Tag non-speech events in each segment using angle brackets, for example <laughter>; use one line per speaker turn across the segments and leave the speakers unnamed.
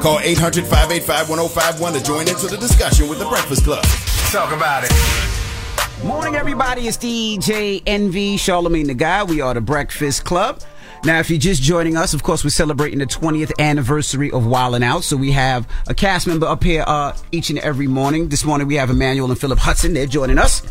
Call 800 585 1051 to join into the discussion with the Breakfast Club. Talk about it.
Morning, everybody. It's DJ NV, Charlemagne the Guy. We are the Breakfast Club. Now, if you're just joining us, of course, we're celebrating the 20th anniversary of Wildin' Out. So we have a cast member up here uh, each and every morning. This morning we have Emmanuel and Philip Hudson. They're joining us.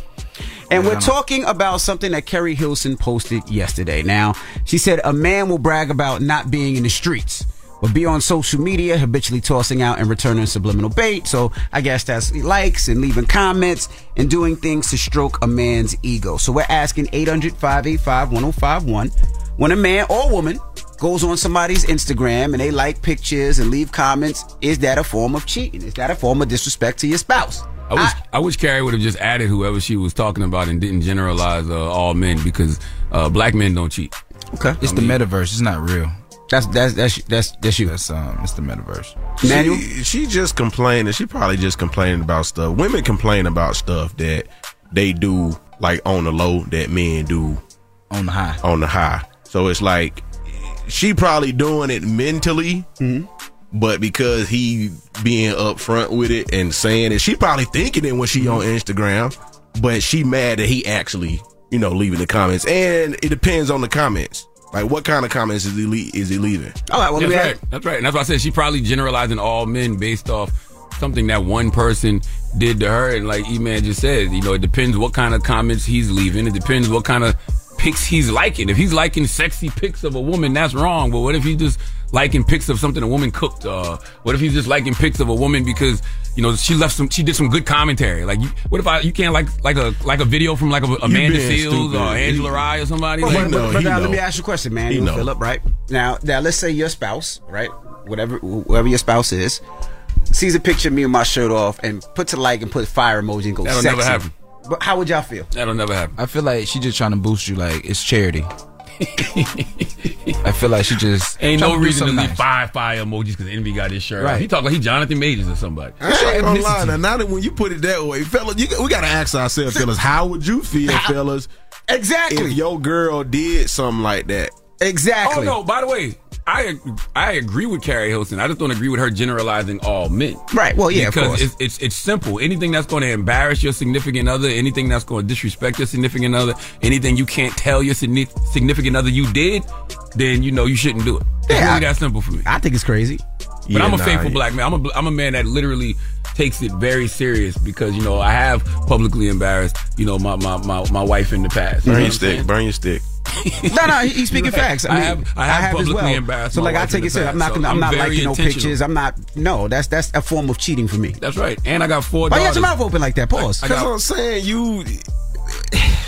And we're talking about something that Kerry Hilson posted yesterday. Now, she said a man will brag about not being in the streets, but be on social media, habitually tossing out and returning subliminal bait. So I guess that's likes and leaving comments and doing things to stroke a man's ego. So we're asking 800 585 1051 when a man or woman goes on somebody's Instagram and they like pictures and leave comments, is that a form of cheating? Is that a form of disrespect to your spouse?
I wish, I, wish Carrie would have just added whoever she was talking about and didn't generalize uh, all men because uh, black men don't cheat.
Okay.
It's the metaverse. It's not real.
That's that's that's that's that's you.
That's um. It's the metaverse.
Manuel?
She, she just complaining. She probably just complaining about stuff. Women complain about stuff that they do like on the low that men do
On the high.
on the high. So it's like she probably doing it mentally,
Mm-hmm.
but because he being upfront with it and saying it, she probably thinking it when she on
Mm-hmm.
Instagram, but she mad that he actually, you know, leaving the comments. And it depends on the comments. Like what kind of comments is he le- is he leaving?
All right. Well,
That's
we
right. That's right. And that's why I said she probably generalizing all men based off something that one person did to her. And like E-Man just said, you know, it depends what kind of comments he's leaving. It depends what kind of pics he's liking. If he's liking sexy pics of a woman, that's wrong. But what if he's just liking pics of something a woman cooked? Uh, what if he's just liking pics of a woman because you know she left some, she did some good commentary. Like, you, what if I you can't like like a like a video from like a, Amanda
being
Seals or
stupid.
Angela
You-
Rye or somebody?
Well,
Like,
what-
But,
No,
but
he
now let
know.
me ask you a question, man.
He
You
know.
Philip, right? Now, now let's say your spouse, right? Whatever, whoever your spouse is, sees a picture of me with my shirt off and puts a like and put fire emoji and goes
That'll
sexy.
never happen.
But how would y'all feel?
That'll never happen.
I feel like she just trying to boost you. Like it's charity. I feel like she just
<laughs> Ain't
trying
no
do
reason to
something nice.
leave five fire emojis because Envy got his shirt. Right.
Right.
He talk like he Jonathan Majors or somebody.
I ain't gonna lie. Now, now that when you put it that way, fellas, you, we gotta ask ourselves, fellas, how would you feel, fellas?
Exactly.
If your girl did something like that.
Exactly.
Oh no! By the way, I I agree with Carrie Hilson. I just don't agree with her generalizing all men.
Right. Well, yeah, of
because
course.
It's, it's it's simple. Anything that's going to embarrass your significant other, anything that's going to disrespect your significant other, anything you can't tell your signi- significant other you did, then you know you shouldn't do it. It's really that simple for me.
I think it's crazy.
But I'm a faithful black man. I'm a, bl- I'm a man that literally takes it very serious because, you know, I have publicly embarrassed, you know, my, my, my, my wife in the past. You know
Burn
what
your
I'm
stick.
saying?
Burn your stick.
no, no, he- <laughs> he's speaking
You're right.
facts. I,
<laughs> I
mean,
have- I have
as
publicly
well.
embarrassed
So
my
like, I
wife in
take
the
it serious.
past,
I'm not,
so
gonna, I'm,
I'm
not
very
liking no
intentional.
pictures. I'm not. No, that's that's a form of cheating for me.
That's right. And I got four
Why you got
daughters.
your mouth open like that? Pause.
I- I got-
I'm saying you.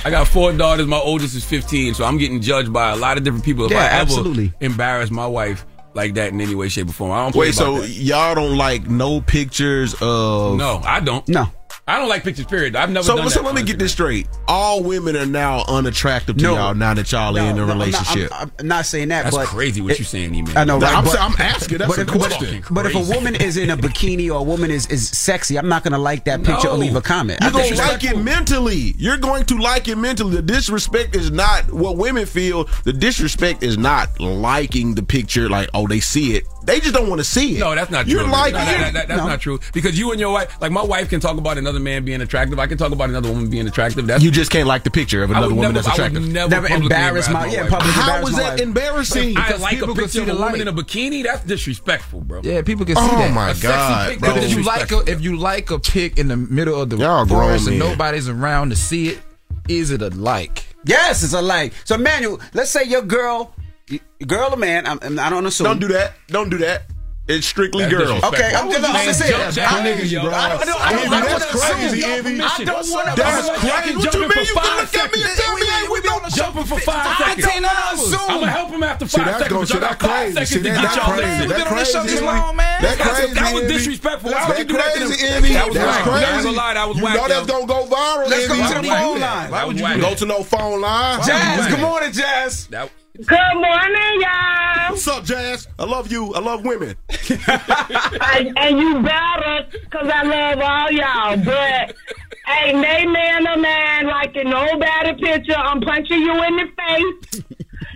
I got four daughters. My oldest is 15, so I'm getting judged by a lot of different people. If
Yeah,
I ever
absolutely.
embarrass my wife like that in any way, shape, or form, I don't. play
Wait,
about
so
that.
y'all don't like no pictures of?
no, I don't.
No,
I don't like pictures. Period. I've never.
So,
done
so
that
let me
honestly.
get this straight. All women are now unattractive to
No.
y'all now that y'all are in a
No, I'm not-
relationship.
I'm, I'm not saying that.
That's
but
crazy what you're saying, E-Man.
I know. Right?
I'm,
But-
I'm asking. That's
but
a
if, but-
question.
But, if a woman is in a bikini or a woman is, is sexy, I'm not going to like that picture or leave a comment. I
You're
think
gonna like it mentally. You're going to like it mentally. The disrespect is not what women feel. The disrespect is not liking the picture. Like, oh, they see it. They just don't want to see it.
No, that's not
You're
true.
liking
No, that-
it.
that- that- that's not true. Because you and your wife, like my wife, can talk about another man being attractive. I can talk about another woman being attractive. That's
you just can't like the picture of
I
another
would
woman
never-
that's
I would
attractive.
never Never publicly embarrass embarrass my- my yeah, wife. publicly
How
embarrass
is
my
that
wife.
embarrassing?
I
Because
like a
people can
picture
see
of a
the
woman
light.
in a bikini. That's disrespectful, bro.
Yeah, people can see
Oh
that.
my A sexy God, pic, bro.
But if you like a,
disrespectful.
if you like a pic in the middle of the
Y'all grown
forest and
men.
nobody's around to see it, is it a like?
Yes, it's a like. So, Manuel, let's say your girl, y- girl or man, I'm, I'm- I don't assume.
Don't do that. Don't do that. It's strictly
That's
girls.
disrespectful. Okay, I'm just- I'm just saying.
That's
I-
crazy,
yo.
bro.
I don't- I don't- I don't-
Envy,
I don't
that's
wanna
crazy,
assume.
Envy.
I don't wanna-
That's
I can
crazy. What
jump
you
in
mean?
for
You can
five
look at me and tell me I ain't with no
jumping for five
I
seconds.
can't assume.
I'ma help him after
See,
five
that's
seconds.
gonna- see,
but y'all got five
that's
seconds
crazy.
to
See,
get
that's
y'all
crazy.
listening.
That's crazy, Envy. That's crazy,
That was
Envy.
disrespectful.
That's
Why would you do that to
crazy,
them?
Envy.
That was
That's
whack. That was a
crazy.
lie. That was
You
whack,
know that's
yo.
gonna go viral,
Let's go
Envy. Why
to the
would
phone
you do that?
line. Why would you do
Go
that?
to no phone line.
Why Jazz, would you do good that?
morning, Jazz.
That-
Good morning, y'all.
What's up, Jazz? I love you. I love women.
and, and you better, because I love all y'all. But ain't they man a man liking no better picture. I'm punching you in the face.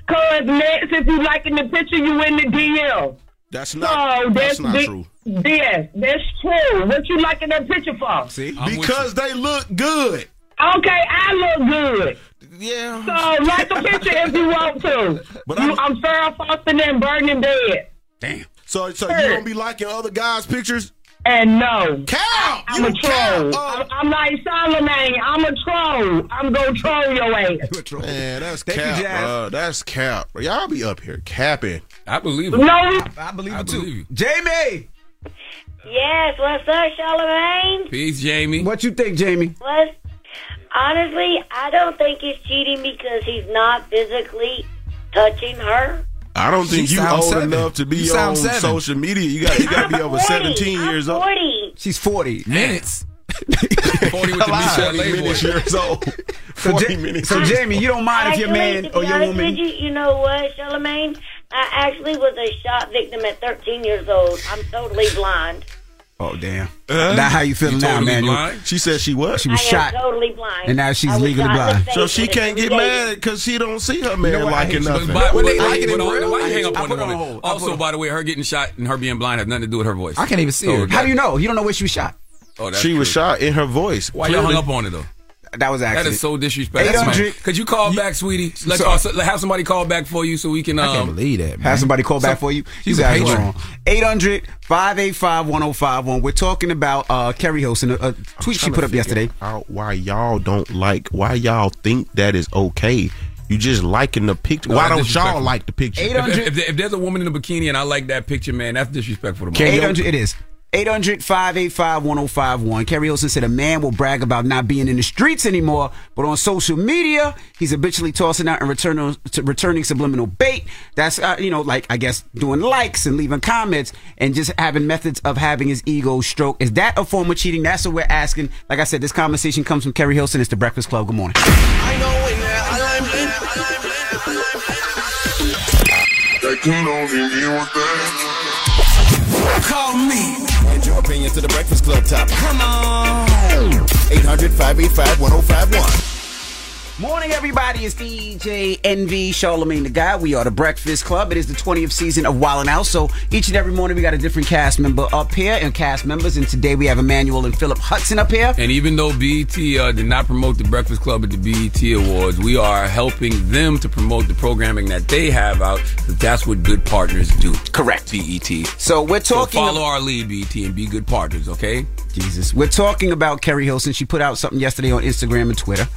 Because next, if you liking the picture, you in the DL.
That's
not, so
that's not
the-
true.
Yes, that's true. What you liking that picture for?
because they look good.
Okay, I look good.
Yeah.
So like the picture if you want to. But you, I'm, Farrah Fawcett and burning dead.
Damn.
So, so you don't be liking other guys' pictures?
And no.
Cow! uh.
I'm a troll. I'm, I'm like Solomon. I'm a troll. I'm gonna troll your ass.
Man, that's
Thank you,
cap,
Jazz.
bro. That's cap. Bro. Y'all be up here capping.
I believe
it. No. I-
believe
it too.
Jamie.
Yes, what's up, Charlemagne?
Peace, Jamie.
What you think, Jamie?
What's honestly, I don't think it's cheating because he's not physically touching her.
I don't think
She
you
sound
old
seven.
enough to be
You
on
sound seven.
social media. You got you got to be over seventeen years old.
Forty.
She's forty <laughs> minutes.
forty
with the Michelle minutes years <laughs> old. Forty minutes.
So, Jamie, you don't mind if your
Actually,
man
to
or
be
your
honest With
woman.
you, you know what, Charlemagne? I actually was a shot victim at 13 years old. I'm totally blind.
Oh damn! now how you feeling
You
now,
totally
Manuel?
blind? She said she was.
She was
I
shot.
am totally blind.
And now she's
I was
legally
shot in the
blind.
face
So she
at a
can't get
three days.
mad because she don't see her man
know what? I hate
liking
you,
nothing.
But,
When
but,
they
but,
like it in
but
real
on, why
life,
you hang up
I
on
put
the
on
woman?
hold. I put
Also,
on
by the way, her getting shot and her being blind has nothing to do with her voice.
I can't even see
So
her. Oh, How do you know? You don't know where she was shot.
Oh, that's
she was
crazy.
shot in her voice.
Why y'all hung up on it though?
That was
That
accident.
is so disrespectful.
800
That's my- Could you call back, sweetie? Let's
So-
call, so- have somebody call back for you so we can. Um,
believe that.
Have somebody call back
So-
for you. You
She's a
guys
patron.
wrong. 800 585 1051. We're talking about uh, Kerry Hosen, a, a tweet she
trying
put
to
up
figure
yesterday.
Out why y'all don't like? Why y'all think that is okay? You just liking the picture.
No,
why
that's
don't y'all
disrespectful.
like the picture?
If, if, if there's a woman in a bikini and I like that picture, man, that's disrespectful to me.
800, it is. 800 585 1051. Kerry Olsen said a man will brag about not being in the streets anymore, but on social media, he's habitually tossing out and return, to returning subliminal bait. That's, uh, you know, like, I guess, doing likes and leaving comments and just having methods of having his ego stroke. Is that a form of cheating? That's what we're asking. Like I said, this conversation comes from Kerry Hilson. It's the Breakfast Club. Good morning.
Call me. And your opinion to the Breakfast Club top. Come on. 800 585 1051.
Morning, everybody. It's DJ NV, Charlemagne the Guy. We are the Breakfast Club. It is the 20th season of Wild and Out. So each and every morning, we got a different cast member up here and cast members. And today we have Emmanuel and Philip Hudson up here.
And even though BET uh, did not promote the Breakfast Club at the BET Awards, we are helping them to promote the programming that they have out. 'cause That's what good partners do.
Correct.
BET.
So we're talking-
follow our lead, BET, and be good partners. Okay.
Jesus. We're talking about Kerry Hilson. She put out something yesterday on Instagram and Twitter.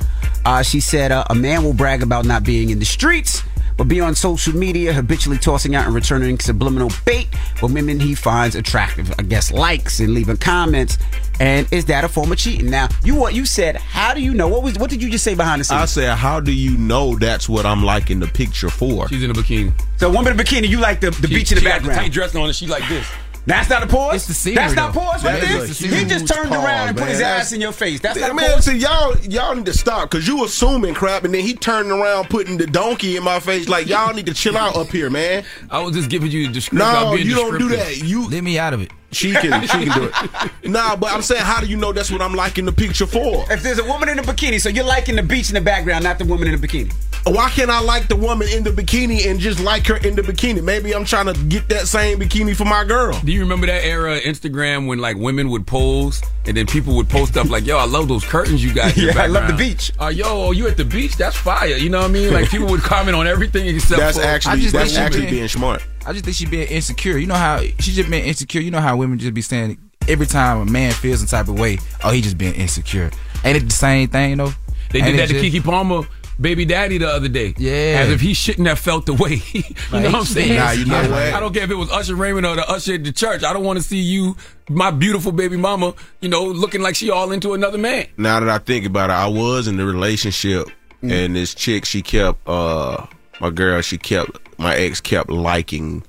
Uh, she said, uh, A man will brag about not being in the streets, but be on social media, habitually tossing out and returning subliminal bait for women he finds attractive. I guess likes and leaving comments. And is that a form of cheating? Now, you what you said, how do you know? What was what did you just say behind the scenes?
I said, how do you know that's what I'm liking the picture for?
She's in a bikini.
So, woman in a bikini, you like the, the beach in the
she got
background.
tight dress on, and she like this.
That's not a pause. It's the
scenery,
That's not
though.
pause right
That
there.
is a
He just
huge
turned around
pause,
and put
man.
his
That's-
ass in your face. That's
Yeah,
not a
man,
pause.
see y'all y'all need to stop because you assuming crap and then he turning around putting the donkey in my face like y'all need to chill out up here, man.
I was just giving you the script.
No,
I'll be
you don't do that.
descriptive.
You
let me out of it.
She can she can do
<laughs>
it. Nah, but I'm saying how do you know that's what I'm liking the picture for?
If there's a woman in a bikini, so you're liking the beach in the background, not the woman in a bikini.
Why can't I like the woman in the bikini and just like her in the bikini? Maybe I'm trying to get that same bikini for my girl.
Do you remember that era of Instagram when like women would pose and then people would post stuff like, "Yo, I love those curtains you
<laughs>
got." in your
Yeah, I love
background."
the beach.
Uh, yo, you at the beach? That's fire. You know what I mean? Like people would comment on everything except
That's
for-
actually- that's actually being smart.
I just think she being insecure. You know how she just been insecure. You know how women just be saying every time a man feels some type of way, oh he just being insecure. Ain't it the same thing though?
They
Ain't
did
it
that to
just-
Kiki Palmer. Baby daddy the other day. Yeah. As if he shouldn't have felt the way. <laughs> you know what I'm saying?
Nah, you know what?
I don't care if it was Usher Raymond or the Usher at the church. I don't want to see you, my beautiful baby mama, you know, looking like she all into another man.
now that I think about it, I was in the relationship,
Mm.
and this chick, she kept uh my girl, she kept my ex kept liking.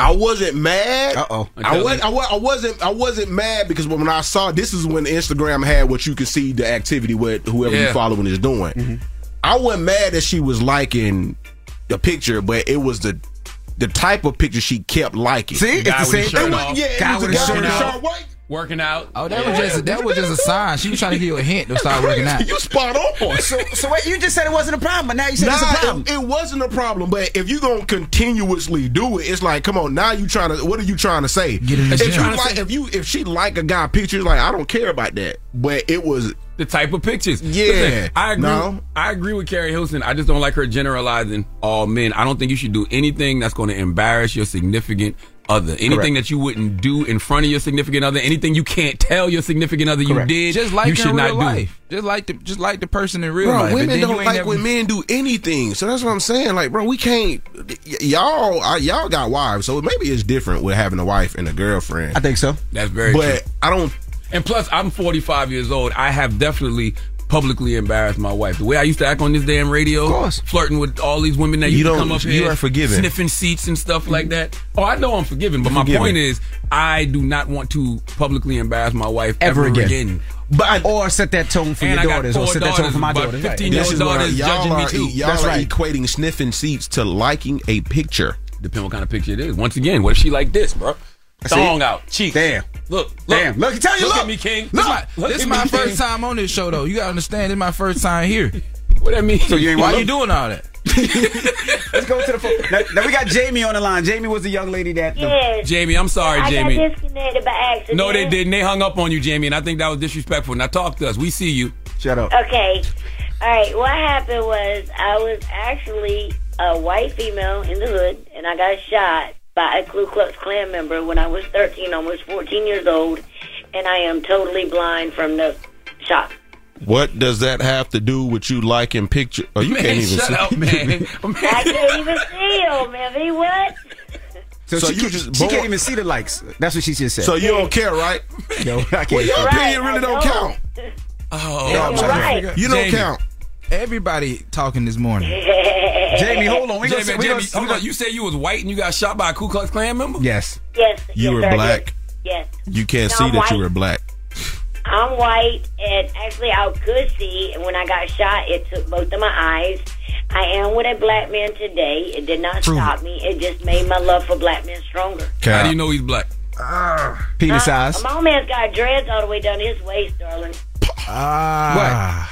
I wasn't mad. Uh
oh.
I was I, wa- I wasn't I wasn't mad because when I saw this is when Instagram had what you could see the activity with whoever you
Yeah. Mm-hmm.
following is doing. I wasn't mad that she was liking the picture, but it was the the type of picture she kept liking.
See, it's
Guy the with his same- shirt
It was-
off.
yeah, it
Guy
was a
with his
guy
shirt
with a
off.
shirt
Working out.
Oh, that was just that was just a sign. She was trying to give you a hint to
<laughs>
start working out.
You spot on.
So, so wait, you just said it wasn't a problem, but now you said
nah,
it's a problem.
It, it wasn't a problem, but if you're gonna continuously do it, it's like, come on, now you trying to. What are you trying to say? Get
in the
if
gym.
you like, if you if she like a guy pictures, like I don't care about that. But it was
the type of pictures.
Yeah,
Listen, I agree.
No.
I agree with Carrie Hilson. I just don't like her generalizing all men. I don't think you should do anything that's going to embarrass your significant other.
Correct.
Anything that you wouldn't do in front of your significant other. Anything you can't tell your significant other
Correct.
you did.
Just like
you
in
should
real
not do.
life. Just like the just like the person in real
Bro,
life. and
women
then you
don't
ain't
like
never-
when men do anything. So that's what I'm saying. Like, bro, we can't. Y- y'all, I, y'all got wives, so maybe it's different with having a wife and a girlfriend. I
think so.
That's very
But
true.
I don't.
And plus, I'm 45 years old. I have definitely publicly embarrassed my wife. The way I used to act on this damn radio, flirting with all these women that
You
used to
don't-
come up
you
here,
are forgiven.
sniffing seats and stuff like
Mm-hmm.
that. Oh, I know I'm forgiven, but my
Forgiven.
point is, I do not want to publicly embarrass my wife ever,
Ever again.
But
or set that tone for
And I
your
got
daughters, or
four
set that tone for my
daughters,
daughters.
about 15-year-old
This is what I-
what
daughters
y'all
judging me
are- e-,
too.
Y'all
That's
are
right.
equating sniffing seats to liking a picture.
Depend what kind of picture it is. Once again, what if she like this, bro?
See?
Thong out, cheeks.
Damn.
Look, look.
Damn. Look, tell you,
look,
look.
at me, King.
Look.
Look, this is my first time on this show though. You gotta understand, this is my first time here.
<laughs> What that mean?
So you ain't
why
wanna-
you doing all that?
Let's go to the phone. Now, now we got Jamie on the line. Jamie was the young lady that. the-
Yes.
Jamie, I'm sorry,
I
Jamie.
got disconnected by accident.
No, they didn't. They hung up on you, Jamie, and I think that was disrespectful. Now talk to us. We see you.
Shut up.
Okay. All right. What happened was I was actually a white female in the hood, and I got shot by a Ku Klux Klan member when I was 13, almost 14 years old, and I am totally blind from the shot.
What does that have to do with you liking picture? Oh, you
Man,
<laughs> can't even
shut
see.
up, man.
I can't even see him, man. What?
So,
So
she,
you
can't-
just
she
born-
can't even see the likes. That's what she just said.
So you don't care, right?
No, I can't.
Well, your
see.
opinion really don't count.
Oh,
Yeah, I'm trying to right. figure- You don't count.
Everybody talking this
<laughs>
morning.
Jamie, hold on. We
Jamie,
gonna- we
Jamie,
gonna-
hold on. You said you was white and you got shot by a Ku Klux Klan member?
Yes.
Yes.
You
yes,
were
sir, yes,
black.
Yes.
You can't
No,
see
I'm
that you
white.
were black.
I'm white, and actually, I could see. And when I got shot, it took both of my eyes. I am with a black man today. It did not
Prove
stop me. It just made my love for black men stronger.
How do you know he's black?
Penis
My, my old man's got dreads all the way down his waist, darling.
Ah.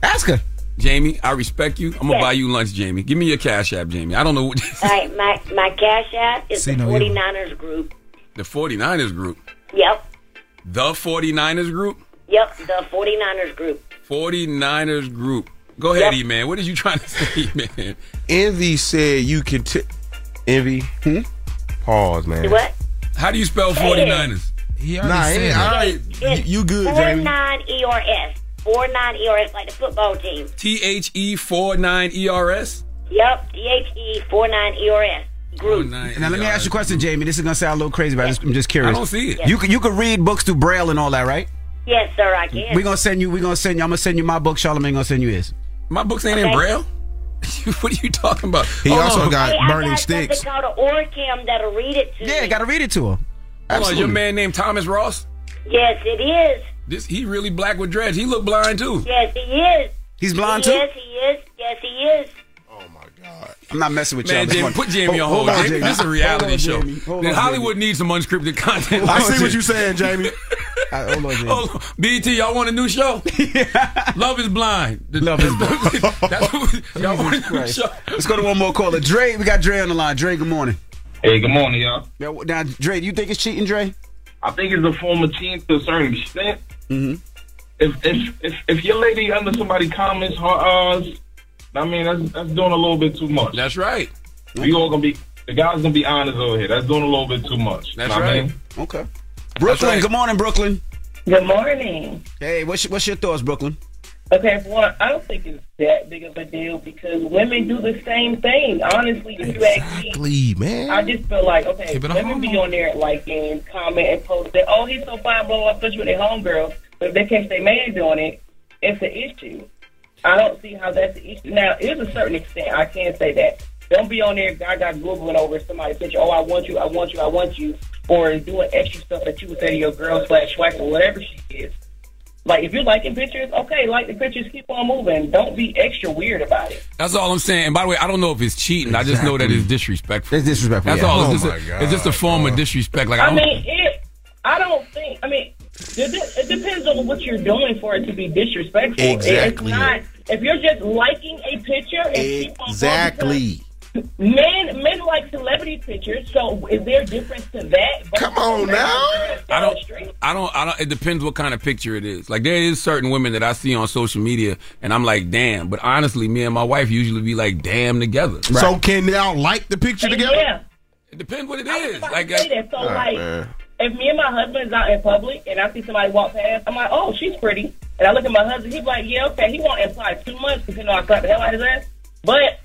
What? Ask her.
Jamie, I respect you. I'm gonna
Yes.
buy you lunch, Jamie. Give me your cash app, Jamie. I don't know what <laughs>
All right, my my cash app is
See,
the
no evil.
49ers group.
the 49ers group.
Yep,
The 49ers group?
yep, the 49ers group.
49ers group. Go ahead, E man. What are you trying to <laughs> say, E man?
Envy said you can. T- Envy.
Hmm?
Pause, man.
What?
How do you spell 49ers? He
already Nah, said it- it. all right.
It's E
you good, Jamie.
49 ERS. 49 ERS, E like the football team.
T H E 49 E R S?
Yep, DHE 49 ERS. E
Oh,
Group.
Now let me ask you a question, Jamie. This is gonna sound a little crazy, but I just, I'm just curious.
I don't see it.
You can you can read books through braille and all that, right?
Yes, sir, I can.
We're gonna send you. We're gonna send you. I'm gonna send you my book. Charlamagne gonna send you his.
My books ain't in
Okay.
Braille. <laughs> what are you talking about?
He also got
<laughs>
Hey, I
burning
got
sticks.
something called an Orcam that'll read it to
Yeah,
you.
gotta read it to her.
Hold on,
Absolutely.
your man named Thomas Ross?
Yes, it is.
This he really black with dreads. He look blind too.
Yes, he is.
He's blind too.
Yes, he is. Yes, he is.
I'm not messing with y'all.
Man,
this
Jamie,
morning.
put Jamie on hold.
on,
Jamie, This is a
Hold
reality
on,
show.
Jamie. Hold
Then
on,
Hollywood needs some unscripted content.
I see
<laughs>
what you saying, Jamie.
Jamie. Hold on, Jamie.
Hold on. BT, y'all want a
<laughs>
new show? Love is blind. Love is blind. That's what we, y'all want a new show.
Let's go to one more caller. Dre, we got Dre on the line. Dre, good morning.
Hey, good morning, y'all.
Now, now Dre, do you think it's cheating, Dre?
I think it's a form of cheating to a certain extent. Mm-hmm. If if if, if your lady under somebody comments her eyes, I mean that's that's doing a little bit too much.
That's right.
We all gonna be the guys gonna be honest over here. That's doing a little bit too much.
That's
Know what I
right.
mean?
Okay. Brooklyn, good morning, Brooklyn.
Good morning.
Hey, what's your, what's your thoughts, Brooklyn?
Okay, for one, I don't think it's that big of a deal because women do the same thing. Honestly, if you ask me,
Glee, man.
I just feel like okay,
Keep it
women be on there like and comment and post that oh he's so fine, blah blah, especially with their homegirls. But if they catch their man doing it, it's an issue. I don't see how that's an issue. Now, there's a certain extent I can say that. Don't be on there, I got googling over somebody's picture. Oh, I want you, I want you, I want you, or doing extra stuff that you would say to your girl slash wife or whatever she is. Like if you're liking pictures, okay, like the pictures, keep on moving. Don't be extra weird about it.
That's all I'm saying. And by the way, I don't know if it's cheating. I just know that it's disrespectful.
It's disrespectful.
That's
yeah.
all.
Oh
It's,
my
just a,
God,
it's just a form of disrespect. Like I
I
don't.
mean, it. I don't think. I mean, it de- it depends on what you're doing for it to be disrespectful. It-
Exactly.
It's not. If you're just liking a picture, and keep on
Exactly.
going- men men like celebrity pictures. So is there a difference to that? Come on now.
I don't. I don't. I don't. It depends what kind of picture it is. Like there is certain women that I see on social media, and I'm like, damn. But honestly, me and my wife usually be like, damn, together.
So can y'all like the picture together?
Yeah.
It depends what it
is. I
Like,
was about to say that. So
All right,
like.
man.
if me and my husband's out in public and I see somebody walk past, I'm like, oh, she's pretty. And I look at my husband, he's like, yeah, okay. He won't imply too much because you know I slap the hell out of his ass. But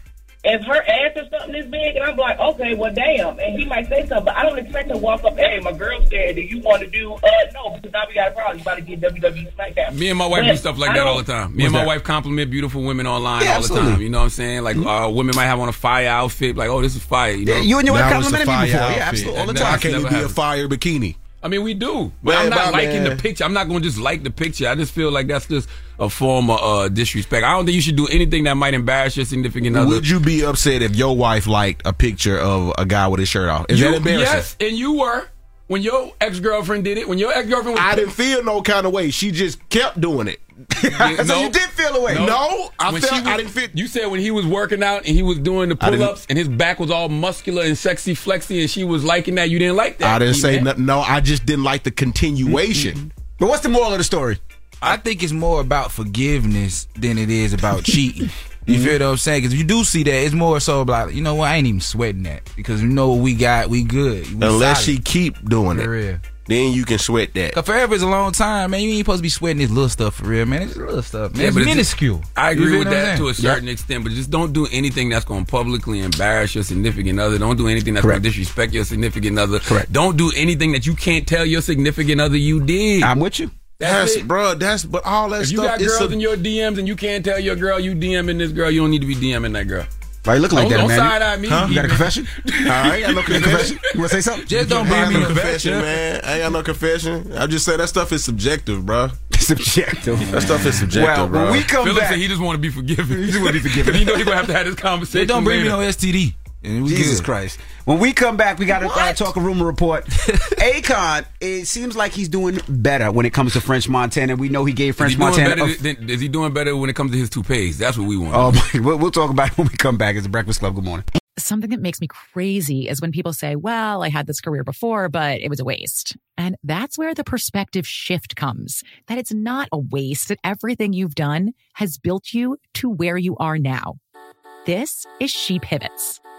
if her ass or something is big, and I'm like, okay, well, damn. And he might say something, but I don't expect to walk up, hey, my girl said, do you want to do, uh, no, because now we got a problem. You about to get WWE SmackDown.
Me and my wife
But
do stuff like
I
that all the
don't-
time. Me and my
What's
wife compliment beautiful women online
Yeah,
all the time.
absolutely. Mm-hmm.
You know what I'm saying? Like uh, women might have on a fire outfit. Like, oh, this is fire. You know,
Yeah, you and your wife
That was a
complimented me
fire
before.
outfit.
Yeah, absolutely. All the
That
time.
never happened.
fire bikini?
I mean, we do. But I'm
Man,
not
my
liking
man.
the picture. I'm not going to just like the picture. I just feel like that's just a form of uh, disrespect. I don't think you should do anything that might embarrass your significant other.
Would you be upset if your wife liked a picture of a guy with his shirt off? Is
You-
that embarrassing?
Yes, and you were when your ex girlfriend did it. When your ex girlfriend was,
I didn't feel no kind of way. She just kept <laughs> doing it.
No.
No, I
When she
felt
was-
I didn't feel.
You said when he was working out and he was doing the
I didn't-
pull ups and his back was all muscular and sexy, flexy, and she was liking that. You didn't like that.
I didn't
You
say
mad?
nothing. No, I just didn't like the continuation.
But what's the moral of the story?
I think it's more about forgiveness than it is
<laughs>
about cheating. You feel what I'm saying? Because if you do see that, it's more so about you know what I ain't even sweating that because you know what we got, we good. We
Unless
solid.
she keep doing
For
it.
real.
Then you can sweat that.
Cause forever is a long time, man. You ain't supposed to be sweating this little stuff for real, man. It's little stuff, man. it's
it's just-
minuscule.
I
You
agree
feel what
with
I'm
that
saying?
to a certain extent, but just don't do anything that's going to publicly embarrass your significant other. Don't do anything that's going to disrespect your significant other. Correct. Don't do anything that you can't tell your significant other you did. I'm
with you.
That's,
That's, bro. That's but all that
if you
stuff.
got
is
girls
a-
in your DMs and you can't tell your girl you DMing this girl, you don't need to be DMing that girl.
Why you looking like
Don't-
that,
don't
man?
side-eye me.
You got a
<laughs>
confession?
All right, I got no
You got a
confession.
You want to say something? Just
I ain't got no confession, man. I ain't got no confession. I just say that stuff is subjective, bro.
subjective.
That stuff is subjective,
Well,
bro.
when we come
Philip
back-
said he just want to be forgiven. He just
want to be forgiven.
you know <laughs> he gonna have to have this conversation.
They don't bring me
later.
no STD.
Jesus Christ. When we come back, we got to uh, talk a rumor report. Akon, it seems like he's doing better when it comes to French Montana. We know he gave
Is
French
he, doing
Montana.
better
A
than, is he doing better when it comes to his toupees? That's what we want.
Oh, <laughs> my, we'll, we'll talk about it when we come back. It's the Breakfast Club. Good morning.
Something that makes me crazy is when people say, well, I had this career before, but it was a waste. And that's where the perspective shift comes that it's not a waste, that everything you've done has built you to where you are now. This is She Pivots,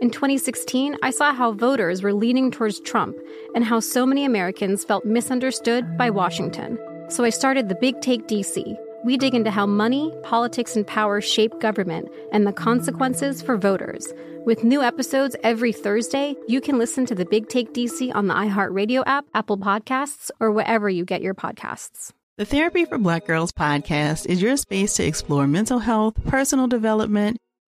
In 2016, I saw how voters were leaning towards Trump and how so many Americans felt misunderstood by Washington. So I started the Big Take DC. We dig into how money, politics, and power shape government and the consequences for voters. With new episodes every Thursday, you can listen to the Big Take DC on the iHeartRadio app, Apple Podcasts, or wherever you get your podcasts.
The Therapy for Black Girls podcast is your space to explore mental health, personal development,